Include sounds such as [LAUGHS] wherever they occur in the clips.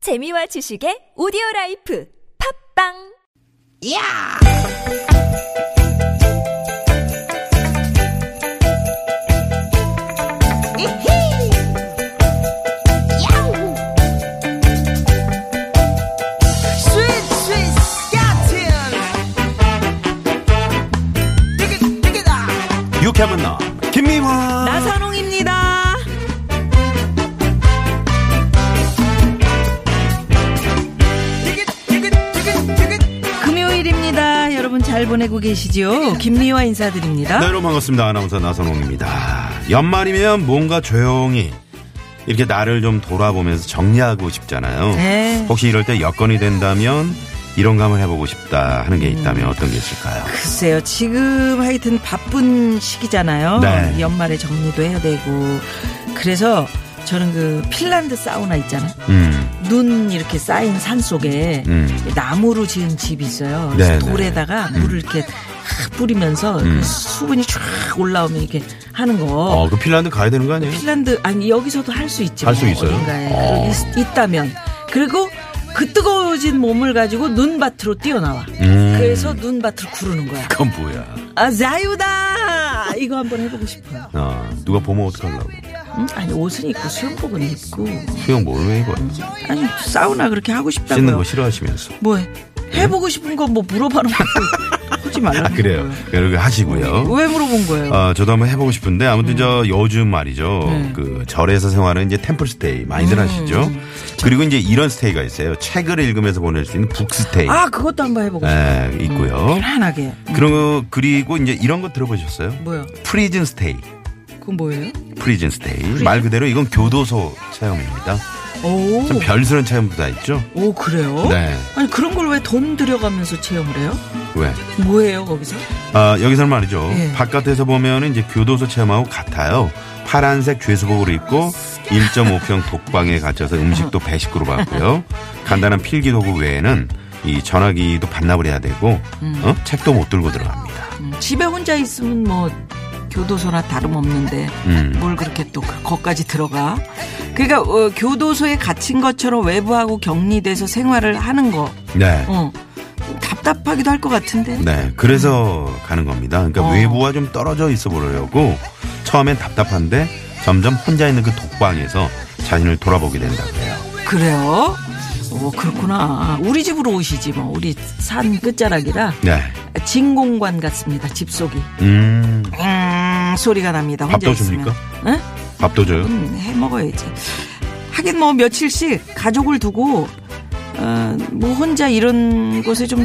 재미와 지식의 오디오 라이프 팝빵 야! 이히! 야우! 스윗 스윗 스캇틴! 띠깃 띠깃아! 유쾌한 만남 김미화 나선홍입니다. 띠깃 띠깃 띠깃 띠깃! 금요일입니다. 여러분 잘 보내고 계시죠? 김미화 인사드립니다. 네, 여러분 반갑습니다 아나운서 나선홍입니다 연말이면 뭔가 조용히 이렇게 나를 좀 돌아보면서 정리하고 싶잖아요 네. 혹시 이럴 때 여건이 된다면 이런 감을 해보고 싶다 하는 게 음. 있다면 어떤 게 있을까요 글쎄요. 지금 하여튼 바쁜 시기잖아요. 네. 연말에 정리도 해야 되고. 그래서 저는 그 핀란드 사우나 있잖아요. 음, 눈 이렇게 쌓인 산 속에 음. 나무로 지은 집이 있어요. 그래서 네, 음. 네. 돌에다가 물을 이렇게 확 뿌리면서 그 수분이 쫙 올라오면 이렇게 하는 거. 어, 그 핀란드 가야 되는 거 아니에요 핀란드 아니 여기서도 할 수 있죠. 할수 있어요? 어딘가에 어. 그 있, 다면 그리고 그 뜨거워진 몸을 가지고 눈밭으로 뛰어나와. 음. 그래서 눈밭을 구르는 거야. 그건 뭐야 아 자유다 이거 한번 해보고 싶어요. 어, 누가 보면 어떡하려고 음? 아니 옷은 입고 수영복은 입고 수영 뭘왜 입어요 아니 사우나 그렇게 하고 싶다고. 씻는 거 싫어하시면서 뭐해? 해보고 싶은 거 뭐 물어봐는 [LAUGHS] 거 하지 말라. 아, 그래요 음. 그렇게 하시고요 왜 물어본 거예요? 아, 저도 한번 해보고 싶은데 아무튼 저 요즘 말이죠. 그 절에서 생활하는 이제 템플 스테이 많이들 하시죠. 그리고 이제 이런 스테이가 있어요. 책을 읽으면서 보낼 수 있는 북 스테이. 아 그것도 한번 해보고 싶어요. 예, 있고요. 편안하게. 그런 거 그리고 이제 이런 거 들어보셨어요? 뭐요? 프리즌 스테이. 그건 뭐예요? 프리즌 스테이. 말 그대로 이건 교도소 체험입니다. 오. 참 별스러운 체험도 다 있죠. 오 그래요? 네. 아니 그런 걸 왜 돈 들여가면서 체험을 해요? 왜? 뭐예요 거기서? 아, 여기서 말이죠. 예. 바깥에서 보면은 이제 교도소 체험하고 같아요. 파란색 죄수복을 입고 1.5평 독방에 갇혀서 음식도 배식으로 받고요. 간단한 필기 도구 외에는 이 전화기도 반납을 해야 되고 어? 책도 못 들고 들어갑니다. 음, 집에 혼자 있으면 뭐 교도소나 다름없는데 음. 뭘 그렇게 또 거기까지 들어가? 그러니까 어, 교도소에 갇힌 것처럼 외부하고 격리돼서 생활을 하는 거 네. 어, 답답하기도 할 것 같은데 네. 그래서 가는 겁니다. 그러니까 어. 외부와 좀 떨어져 있어 보려고 처음엔 답답한데 점점 혼자 있는 그 독방에서 자신을 돌아보게 된다고 해요. 그래요? 오 그렇구나 우리 집으로 오시지 뭐 우리 산 끝자락이라 네. 진공관 같습니다 집 속이 음. 음, 소리가 납니다 혼자 밥도 있으면 줍니까? 응? 밥도 줘요? 음, 해 먹어야지. 하긴 뭐 며칠씩 가족을 두고 어, 뭐 혼자 이런 곳에 좀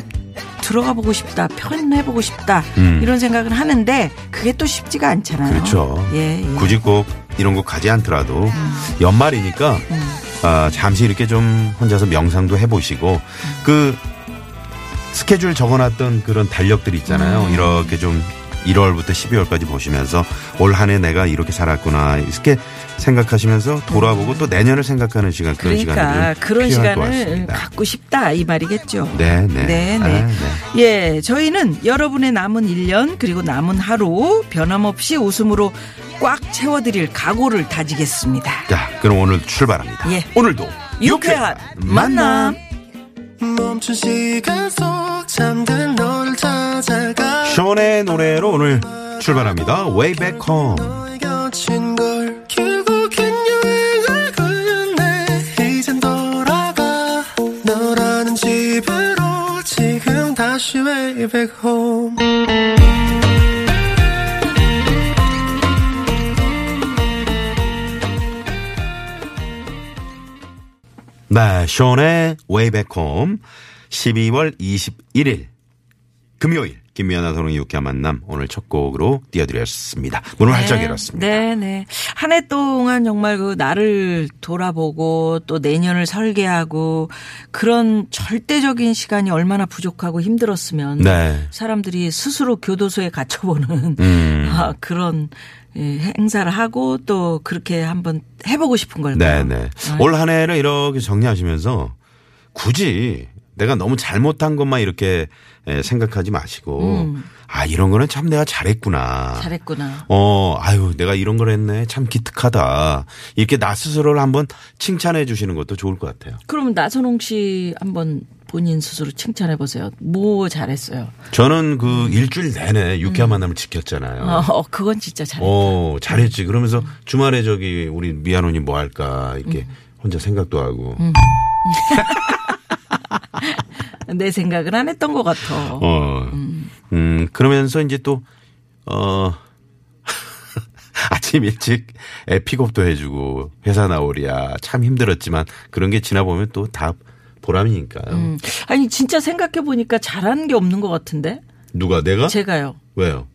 들어가 보고 싶다, 편해 보고 싶다 음. 이런 생각은 하는데 그게 또 쉽지가 않잖아요. 그렇죠. 예, 음. 예. 굳이 꼭 이런 거 가지 않더라도 연말이니까 음. 아, 잠시 이렇게 좀 혼자서 명상도 해보시고 음. 그 스케줄 적어놨던 그런 달력들 있잖아요. 음. 이렇게 좀 1월부터 12월까지 보시면서 올 한 해 내가 이렇게 살았구나 이렇게 생각하시면서 돌아보고 또 내년을 생각하는 시간 그런 그러니까 시간이 좀 그런 필요할 것 시간을 같습니다. 갖고 싶다 이 말이겠죠. 네, 네. 네, 아, 네. 네. 예, 저희는 여러분의 남은 1년 그리고 남은 하루 변함없이 웃음으로 꽉 채워드릴 각오를 다지겠습니다. 자, 그럼 오늘 출발합니다. 예. 오늘도 유쾌한 만남. 멈춘 시간 속 잠든 너를 찾아가 션의 노래로 오늘 출발합니다. Way Back Home. 너의 곁인 걸 결국엔 여행을 걸렸네 이젠 돌아가 너라는 집으로 지금 다시 way back home 네, 션의 Way Back Home 12월 21일 금요일 김미아나 선홍의 유쾌한 만남 오늘 첫 곡으로 띄워드렸습니다. 문을 활짝 열었습니다. 네. 네네. 한 해 동안 정말 그 나를 돌아보고 또 내년을 설계하고 그런 절대적인 시간이 얼마나 부족하고 힘들었으면 네. 사람들이 스스로 교도소에 갇혀보는 음. [LAUGHS] 아, 그런 예, 행사를 하고 또 그렇게 한번 네, 해보고 싶은 걸까요? 네네. 올 한 해를 이렇게 정리하시면서 굳이 내가 너무 잘못한 것만 이렇게 에, 생각하지 마시고 아 이런 거는 참 내가 잘했구나. 잘했구나. 어, 아유, 내가 이런 걸 했네. 참 기특하다. 이렇게 나 스스로를 한번 칭찬해 주시는 것도 좋을 것 같아요. 그럼 나선홍 씨 한번 본인 스스로 칭찬해 보세요. 뭐 잘했어요. 저는 그 일주일 내내 유쾌한 만남을 지켰잖아요. 음. 어, 그건 진짜 잘했어. 어, 잘했지. 그러면서 주말에 저기 우리 미아노님 뭐 할까 이렇게 음. 혼자 생각도 하고. 내 생각을 안 했던 것 같아. 어. 음, 그러면서 이제 또, 어, [LAUGHS] 아침 일찍 애 픽업도 해주고 회사 나오랴 참 힘들었지만 그런 게 지나보면 또 다 보람이니까요. 음. 아니 진짜 생각해 보니까 잘하는 게 없는 것 같은데 누가 내가? 제가요. 왜요?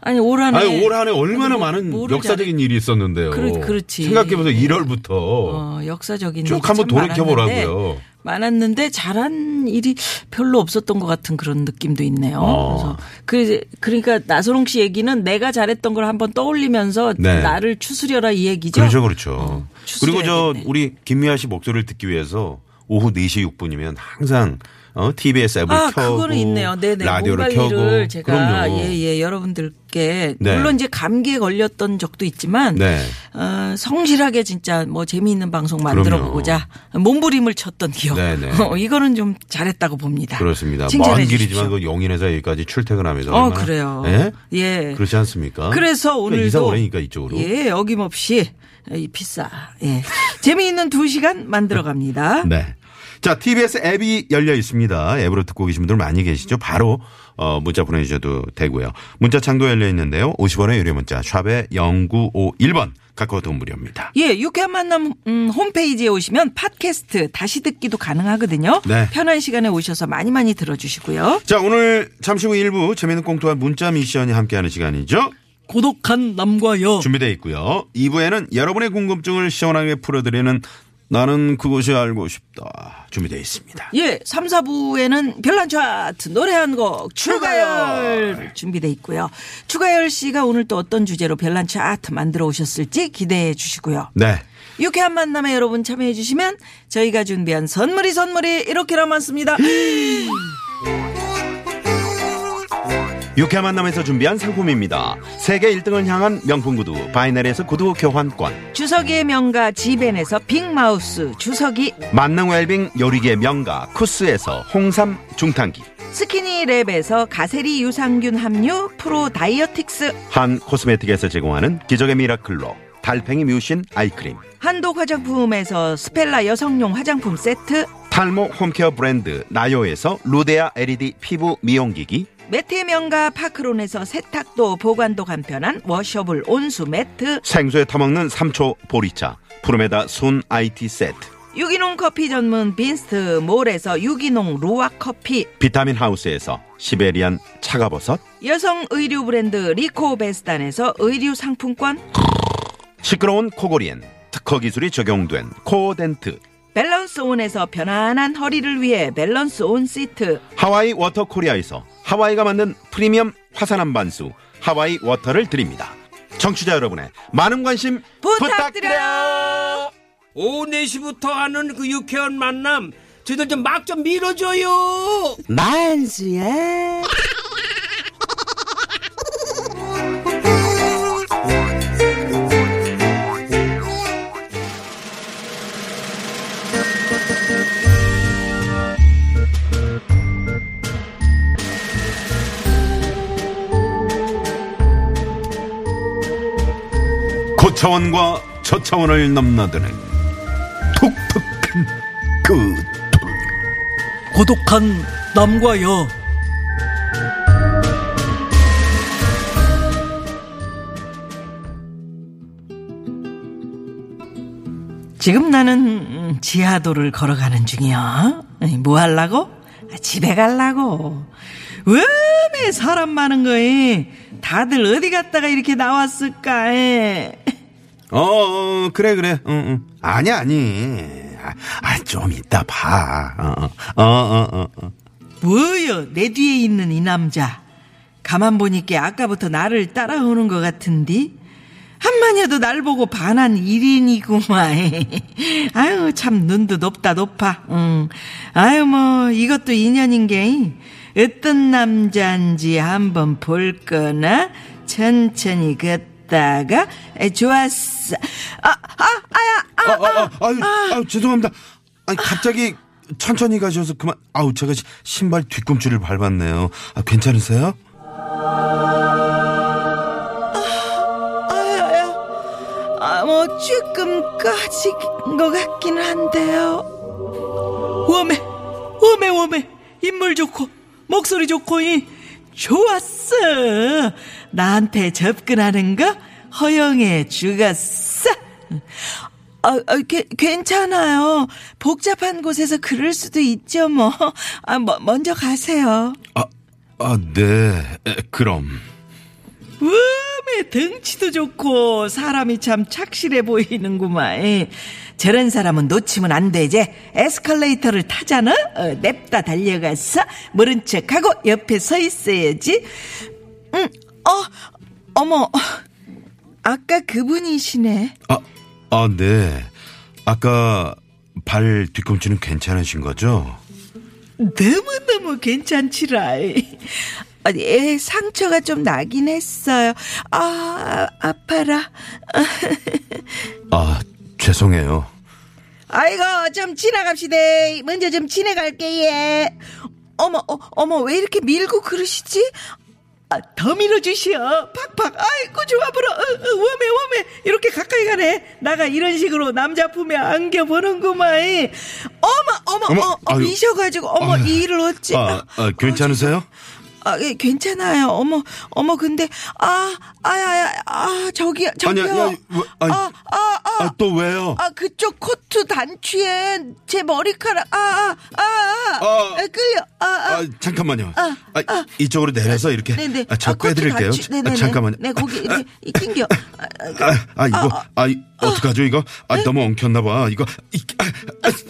아니 올 한해 아니 올 한해 얼마나 뭐, 많은 뭐를 역사적인 일이 있었는데요. 그렇- 그렇지. 생각해보세요. 잘해- 1월부터 어, 역사적인 쭉 일이 한번 참 돌이켜 보라고요. 많았는데- 많았는데 잘한 일이 별로 없었던 것 같은 그런 느낌도 있네요. 어. 그래서 그 그러니까 나선홍 씨 얘기는 내가 잘했던 걸 한번 떠올리면서 네. 나를 추스려라 이 얘기죠. 그렇죠, 그렇죠. 그리고 저 어, 추스려야겠네. 우리 김미아 씨 목소리를 듣기 위해서 오후 4시 6분이면 항상 어, TBS 앱을 아, 켜고 그거는 있네요. 네네. 라디오를 모발일을 켜고 제가 그럼요. 예예 여러분들께 네. 물론 이제 감기에 걸렸던 적도 있지만 네. 어, 성실하게 진짜 뭐 재미있는 방송 만들어 그럼요. 보고자 몸부림을 쳤던 기억. 네네. 어, 이거는 좀 잘했다고 봅니다. 그렇습니다. 칭찬해 먼 길이지만 주십시오. 그 용인에서 여기까지 출퇴근하면서 어 얼마나- 그래요. 예? 예. 그렇지 않습니까? 그래서 그러니까 오늘도 이사 오라니까 이쪽으로. 예, 어김없이 이 비싸. 예. 재미있는 두 시간 만들어 갑니다. 네. 자, TBS 앱이 열려 있습니다. 앱으로 듣고 계신 분들 많이 계시죠? 바로 어, 문자 보내주셔도 되고요. 문자창도 열려 있는데요. 50원의 유료 문자 샵에 0951번 카카오톡 무료입니다. 예, 유쾌한 만남 음, 홈페이지에 오시면 팟캐스트 다시 듣기도 가능하거든요. 네. 편한 시간에 오셔서 많이 많이 들어주시고요. 자, 오늘 잠시 후 1부 재미있는 꽁투와 문자 미션이 함께하는 시간이죠. 고독한 남과 여. 준비되어 있고요. 2부에는 여러분의 궁금증을 시원하게 풀어드리는 나는 그것이 알고 싶다. 준비되어 있습니다. 예, 3, 4부에는 별난 차트 노래 한 곡 추가열 준비돼 있고요. 추가열 씨가 오늘 또 어떤 주제로 별난 차트 만들어 오셨을지 기대해 주시고요. 네. 유쾌한 만남에 여러분 참여해 주시면 저희가 준비한 선물이 선물이 이렇게나 많습니다. 육회 만남에서 준비한 상품입니다. 세계 1등을 향한 명품 구두 바이넬에서 구두 교환권 주석이의 명가 지벤에서 빅마우스 주석이 만능 웰빙 요리계 명가 쿠스에서 홍삼 중탕기 스키니랩에서 가세리 유산균 함유 프로 다이어틱스 한 코스메틱에서 제공하는 기적의 미라클로 달팽이 뮤신 아이크림 한독 화장품에서 스펠라 여성용 화장품 세트 탈모 홈케어 브랜드 나요에서 루데아 LED 피부 미용기기 매트의 명가 파크론에서 세탁도 보관도 간편한 워셔블 온수 매트 생수에 타먹는 삼초 보리차 푸르메다 순 IT 세트 유기농 커피 전문 빈스트 몰에서 유기농 루아 커피 비타민 하우스에서 시베리안 차가버섯 여성 의류 브랜드 리코베스탄에서 의류 상품권 시끄러운 코골이엔 특허 기술이 적용된 코어덴트 밸런스 온에서 편안한 허리를 위해 밸런스 온 시트 하와이 워터 코리아에서 하와이가 만든 프리미엄 화산 한반수 하와이 워터를 드립니다. 청취자 여러분의 많은 관심 부탁드려요. 오후 4시부터 하는 그 유쾌한 만남 저희들 좀 막 좀 밀어줘요 고차원과 저차원을 넘나드는 독특한 그 고독한 남과 여 지금 나는 음, 지하도를 걸어가는 중이야. 아니, 뭐 하려고? 아, 집에 가려고. 왜매 사람 많은 거에 다들 어디 갔다가 이렇게 나왔을까? 에? 어, 어 그래 그래 응, 응. 아니 아니 아좀 이따 봐 어, 어, 어, 어, 어. 뭐여 내 뒤에 있는 이 남자. 가만 보니까 아까부터 나를 따라오는 것 같은디. 한만 해도 날 보고 반한 일인이구만 [LAUGHS] 아유, 참, 눈도 높다, 높아. 응. 아유, 뭐, 이것도 인연인 게, 어떤 남자인지 한번 볼 거나, 천천히 걷다가, 에, 좋았어. 아, 아, 아야, 아, 아, 아, 아, 아유, 아유, 죄송합니다. 아니, 갑자기 천천히 가셔서 그만. 아우, 제가 시- 신발 뒤꿈치를 밟았네요. 아, 괜찮으세요? 아야, 아야. 아, 뭐, 조금까지 것 같긴 한데요. 워메, 워메, 워메. 인물 좋고, 목소리 좋고, 이, 좋았어. 나한테 접근하는 거 허용해 주겠어. 아, 아, 게- 괜찮아요. 복잡한 곳에서 그럴 수도 있죠, 뭐. 아, 뭐, 먼저 가세요. 아, 아, 네. 에, 그럼. 음에 등치도 좋고 사람이 참 착실해 보이는구만. 예. 저런 사람은 놓치면 안 되지. 에스컬레이터를 타잖아. 어, 냅다 달려가서 모른 척하고 옆에 서 있어야지. 음, 어, 어머, 아까 그분이시네. 아, 아, 네. 아까 발 뒤꿈치는 괜찮으신 거죠? 너무너무 괜찮지라. 아니, 예, 상처가 좀 나긴 했어요. 아, 아파라. [LAUGHS] 아, 죄송해요. 아이고 좀 지나갑시다 먼저 좀 지나갈게 예 어머 어, 어머 왜 이렇게 밀고 그러시지 아, 더 밀어주시오 팍팍 아이고 좋아 보러 어, 어, 워메 워메 이렇게 가까이 가네 나가 이런 식으로 남자 품에 안겨보는구만 이. 어머 어머 어머, 어, 어 아유. 미셔가지고 어머 아유. 이 일을 어찌 아, 아 괜찮으세요? 아, 예, 괜찮아요. 어머, 어머, 근데, 아, 아야야, 아, 저기, 저기요. 아니야, 야, 왜, 아니. 아, 아, 아, 아, 또 왜요? 아 그쪽 코트 단추에 제 머리카락 아아아 아, 아, 아. 아, 끌려 아, 아아 잠깐만요. 아, 아, 아. 이쪽으로 내려서 이렇게 네네 아, 저 코트 빼드릴게요. 단추. 네네네. 아, 잠깐만요. 네 [LAUGHS] 거기 이렇게 이 낑겨 아, 아, 아, 아, 이거, 아, 아, 이, 어떡하죠, 이거? 아, 네. 너무 엉켰나 봐. 이거, 이, 아,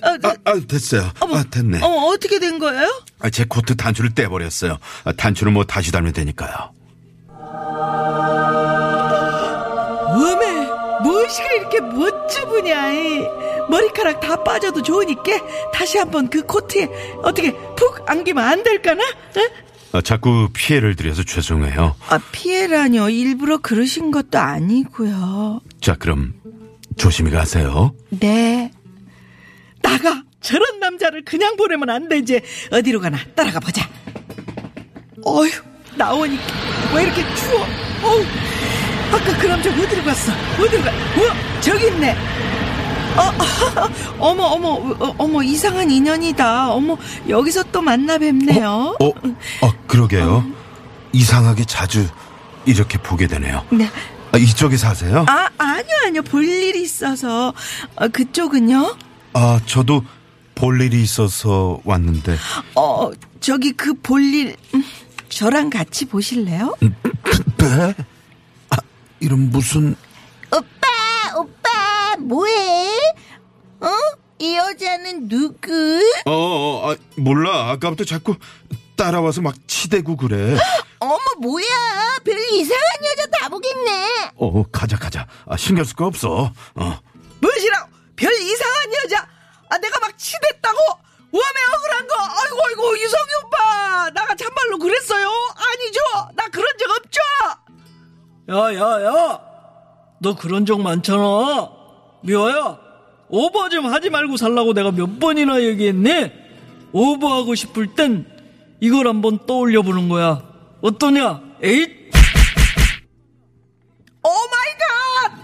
아, 아, 아, 아, 됐어요. 어머 아, 됐네. 어머 어떻게 된 거예요? 아, 제 코트 단추를 떼버렸어요. 아, 단추는 뭐 다시 달면 되니까요. 어메 무엇이가 이렇게 멋져 보냐 이. 머리카락 다 빠져도 좋으니까 다시 한번 그 코트에 어떻게 푹 안기면 안 될까나? 응? 아, 자꾸 피해를 드려서 죄송해요. 아 피해라뇨 일부러 그러신 것도 아니고요 자, 그럼 조심히 가세요. 네. 나가! 저런 남자를 그냥 보내면 안 되지. 어디로 가나 따라가 보자. 어휴, 나오니까 왜 이렇게 추워? 어우, 아까 그 남자 어디로 갔어? 어디로 가? 어, 저기 있네. 어, [LAUGHS] 어머, 어머, 어, 어머, 이상한 인연이다. 어머, 여기서 또 만나 뵙네요. 어, 아, 그러게요. 이상하게 자주 이렇게 보게 되네요. 네. 아, 이쪽에 사세요? 아, 아니요, 아니요. 볼 일이 있어서. 어, 그쪽은요? 아, 저도 볼 일이 있어서 왔는데. 어, 저기 그 볼일 음, 저랑 같이 보실래요? 네? 아, 이런 무슨 오빠, 오빠, 뭐해? 어? 이 여자는 누구? 어, 어, 아, 몰라. 아까부터 자꾸 따라와서 막 치대고 그래. 어머, 뭐야? 별 이상한 여자 다 보겠네. 어, 가자, 가자. 아, 신경 쓸 거 없어. 어. 무엇이라고 별 이상한 여자 아 내가 막 치댔다고 워메 억울한 거 아이고 아이고 유성이 오빠 나가 참말로 그랬어요 아니죠 나 그런 적 없죠 야야야 너 그런 적 많잖아 미화야 오버 좀 하지 말고 살라고 내가 몇 번이나 얘기했니 오버하고 싶을 땐 이걸 한번 떠올려 보는 거야 어떠냐 에잇 오마이갓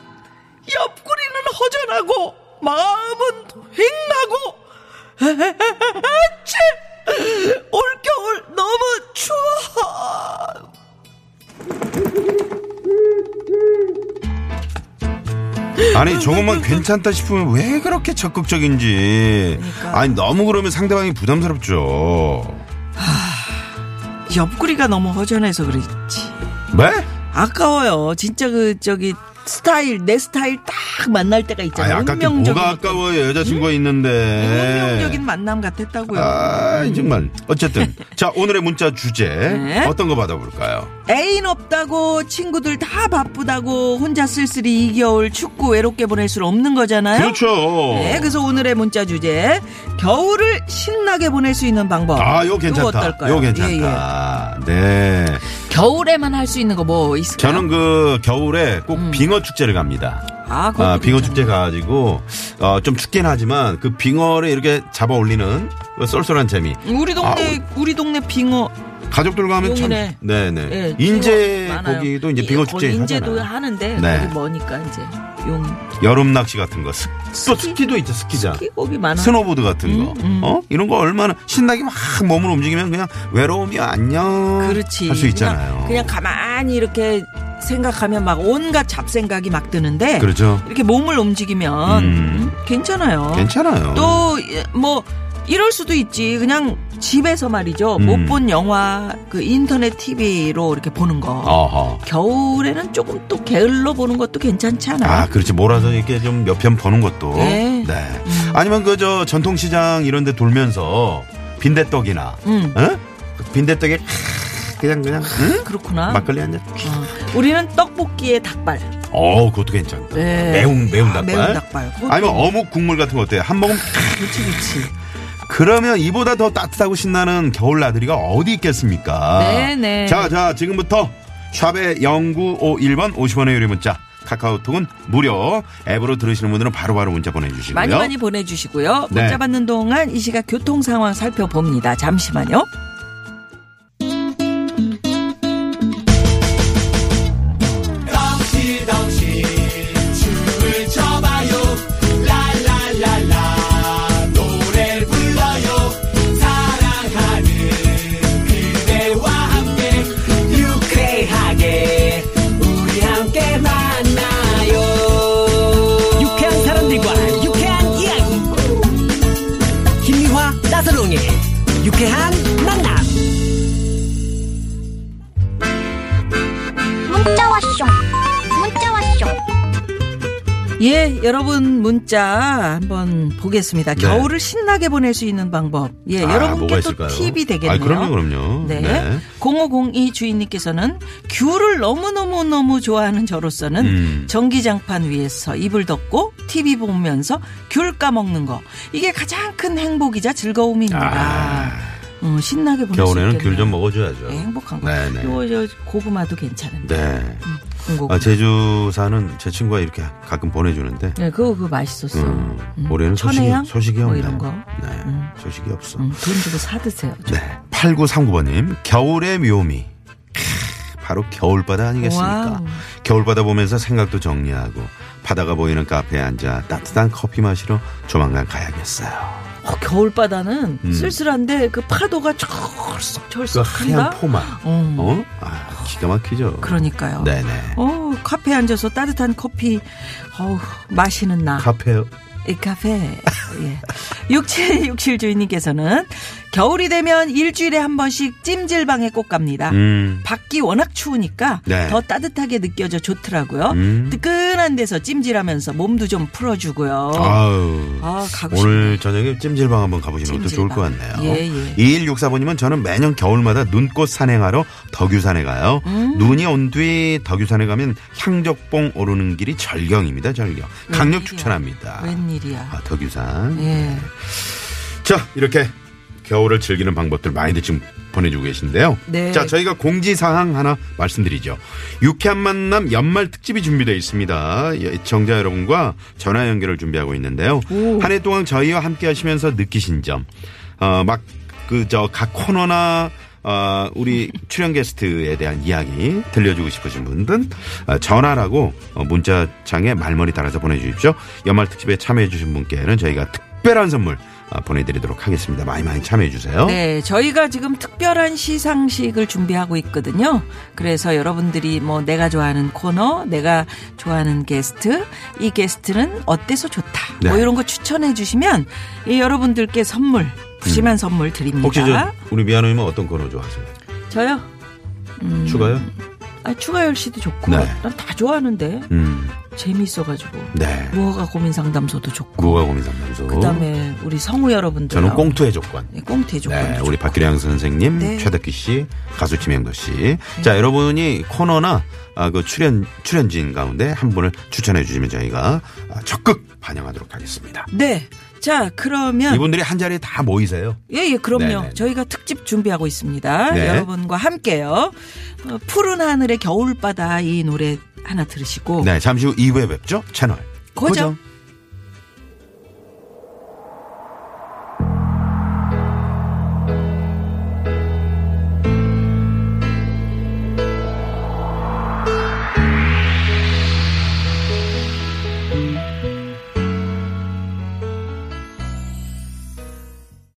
옆구리는 허전하고 마음은 휑하고 [LAUGHS] 아치 올겨울 너무 추워 아니, 저것만 괜찮다 싶으면 왜 그렇게 적극적인지. 아니, 너무 그러면 상대방이 부담스럽죠. 옆구리가 너무 허전해서 그랬지. 네? 아까워요. 진짜 그 저기 스타일 내 스타일 딱 만날 때가 아니, 있잖아요. 아깝게 운명적인 뭐가 어떤- 음? 아까워요. 여자친구가 있는데. 운명적인 만남 같았다고요. 아, 정말. [LAUGHS] 어쨌든. 자, 오늘의 문자 주제. 네. 어떤 거 받아볼까요? 애인 없다고 친구들 다 바쁘다고 혼자 쓸쓸히 2개월 춥고 외롭게 보낼 수 없는 거잖아요. 그렇죠. 네, 그래서 오늘의 문자 주제 겨울을 신나게 보낼 수 있는 방법. 아, 요 요거 괜찮다. 어떨까요? 요 예, 괜찮다. 네. 예. 겨울에만 할 수 있는 거 뭐 있을까요? 저는 그 겨울에 꼭 빙어 축제를 갑니다. 아, 그것도 아, 빙어 괜찮아요. 축제 가가지고, 어, 좀 춥긴 하지만 그 빙어를 이렇게 잡아 올리는 그 쏠쏠한 재미. 우리 동네 아, 우리 동네 빙어 가족들과 하면 참. 용인에. 네네. 예, 인제 빙어 많아요. 거기도 이제 예, 빙어 거기 축제 인제도 하잖아요. 하는데 네. 거기 머니까 이제 용 여름 낚시 같은 거. 스, 또 스키도 있죠, 스키장. 끼고기 많아. 스노보드 같은 음, 거, 어 이런 거 얼마나 신나게 막 몸을 움직이면 그냥 외로움이 안녕 그렇지. 할 수 있잖아요. 그냥, 그냥 가만히 이렇게 생각하면 막 온갖 잡생각이 막 드는데 그렇죠. 이렇게 몸을 움직이면 음. 음, 괜찮아요. 괜찮아요. 또 뭐 이럴 수도 있지. 그냥 집에서 말이죠. 음. 못 본 영화 그 인터넷 TV로 이렇게 보는 거. 어허. 겨울에는 조금 또 게을러 보는 것도 괜찮지 않아요? 아, 그렇지. 몰아서 이렇게 좀 몇 편 보는 것도. 네. 아니면 그 저 전통시장 이런 데 돌면서 빈대떡이나, 음. 어? 그 빈대떡에 그냥, 그냥, 응? 그렇구나. 막걸리 한 잔. 어. 우리는 떡볶이에 닭발. 어, 그것도 괜찮다. 네. 매운, 매운 닭발. 매운 닭발. 그것도 아니면 어묵 국물 같은 거 어때요? 한 모금. 그렇지, 그렇지. 그러면 이보다 더 따뜻하고 신나는 겨울 나들이가 어디 있겠습니까? 네네. 자, 자, 지금부터 샵의 0951번 50원의 유료 문자. 카카오톡은 무료. 앱으로 들으시는 분들은 바로바로 문자 보내주시고요. 많이 많이 보내주시고요. 네. 문자 받는 동안 이 시각 교통 상황 살펴봅니다. 잠시만요. 유쾌한 사람들과 유쾌한 이야기 김미화 나서롱의 유쾌한 만남 문자 왔쇼 문자 왔쇼 예, 여러분 문자 한번 보겠습니다. 네. 겨울을 신나게 보낼 수 있는 방법. 예, 아, 여러분께 뭐가 또 있을까요? 팁이 되겠네요. 아, 그럼요, 그럼요. 네. 네. 0502 주인님께서는 귤을 너무너무너무 좋아하는 저로서는 음. 전기장판 위에서 이불 덮고 TV 보면서 귤 까먹는 거. 이게 가장 큰 행복이자 즐거움입니다. 아. 어, 신나게 보낼 수 겨울에는 있겠네요. 귤 좀 먹어줘야죠. 네, 행복한 거. 네네. 요거 저 고구마도 괜찮은데. 네. 군고구마. 아, 제주 사는 제 친구가 이렇게 가끔 보내주는데. 네, 그거 그거 맛있었어. 음, 음, 올해는 소식이, 천혜향? 소식이 뭐 없네. 이런 거. 네. 소식이 없어. 음, 돈 주고 사 드세요. 네. 8939번님, 겨울의 묘미. 캬, 바로 겨울바다 아니겠습니까? 와우. 겨울바다 보면서 생각도 정리하고 바다가 보이는 카페에 앉아 따뜻한 커피 마시러 조만간 가야겠어요. 어, 겨울바다는 음. 쓸쓸한데 그 파도가 철썩 그 하얀 철썩한다. 포만. 어. 어? 아, 기가 막히죠. 그러니까요. 네네. 어, 카페에 앉아서 따뜻한 커피 어우, 마시는 나. 카페 이 카페. 예. 6767 주인님께서는 겨울이 되면 일주일에 한 번씩 찜질방에 꼭 갑니다. 음. 밖이 워낙 추우니까 네. 더 따뜻하게 느껴져 좋더라고요. 음. 뜨끈한 데서 찜질하면서 몸도 좀 풀어주고요. 아우. 아, 가고 오늘 저녁에 찜질방 한번 가보시는 것도 좋을 찜질방. 것 같네요. 예, 예. 2164번님은 저는 매년 겨울마다 눈꽃 산행하러 덕유산에 가요. 음. 눈이 온 뒤 덕유산에 가면 향적봉 오르는 길이 절경입니다. 절경. 강력 웬일이야. 추천합니다. 네. 웬일이야. 아, 덕유산. 예. 자, 이렇게 겨울을 즐기는 방법들 많이들 지금 보내주고 계신데요. 네. 자, 저희가 공지사항 하나 말씀드리죠. 유쾌한 만남 연말 특집이 준비되어 있습니다. 예, 청자 여러분과 전화 연결을 준비하고 있는데요. 한 해 동안 저희와 함께 하시면서 느끼신 점, 어, 막, 그, 저, 각 코너나 어, [LAUGHS] 우리 출연 게스트에 대한 이야기 들려주고 싶으신 분들은 어, 전화라고 어, 문자창에 말머리 따라서 보내주십시오. 연말 특집에 참여해주신 분께는 저희가 특별한 선물 어, 보내드리도록 하겠습니다. 많이 많이 참여해주세요. 네, 저희가 지금 특별한 시상식을 준비하고 있거든요. 그래서 여러분들이 뭐 내가 좋아하는 코너, 내가 좋아하는 게스트, 이 게스트는 어때서 좋다. 네. 뭐 이런 거 추천해 주시면 이 여러분들께 선물, 음. 푸짐한 선물 드립니다. 혹시 저 우리 미아노님은 어떤 코너 좋아하세요? 저요? 추가요? 아, 추가열 씨도 좋고 네. 난 다 좋아하는데 음, 재미있어가지고 네. 무허가 고민 상담소도 좋고 무허가 고민 상담소. 뭐? 그다음에 우리 성우 여러분들 저는 나오고 꽁투의 조건. 네, 꽁태 조건 네, 우리 박기량 선생님, 네. 최덕기 씨, 가수 김영도 씨. 자, 여러분이 코너나 아, 그 출연 출연진 가운데 한 분을 추천해 주시면 저희가 아, 적극 반영하도록 하겠습니다. 네. 자, 그러면 이분들이 한 자리에 다 모이세요. 예, 예, 그럼요. 네네. 저희가 특집 준비하고 있습니다. 네. 여러분과 함께요. 어, 푸른 하늘의 겨울바다 이 노래 하나 들으시고 네, 잠시 후 2부에 뵙죠. 채널 고정.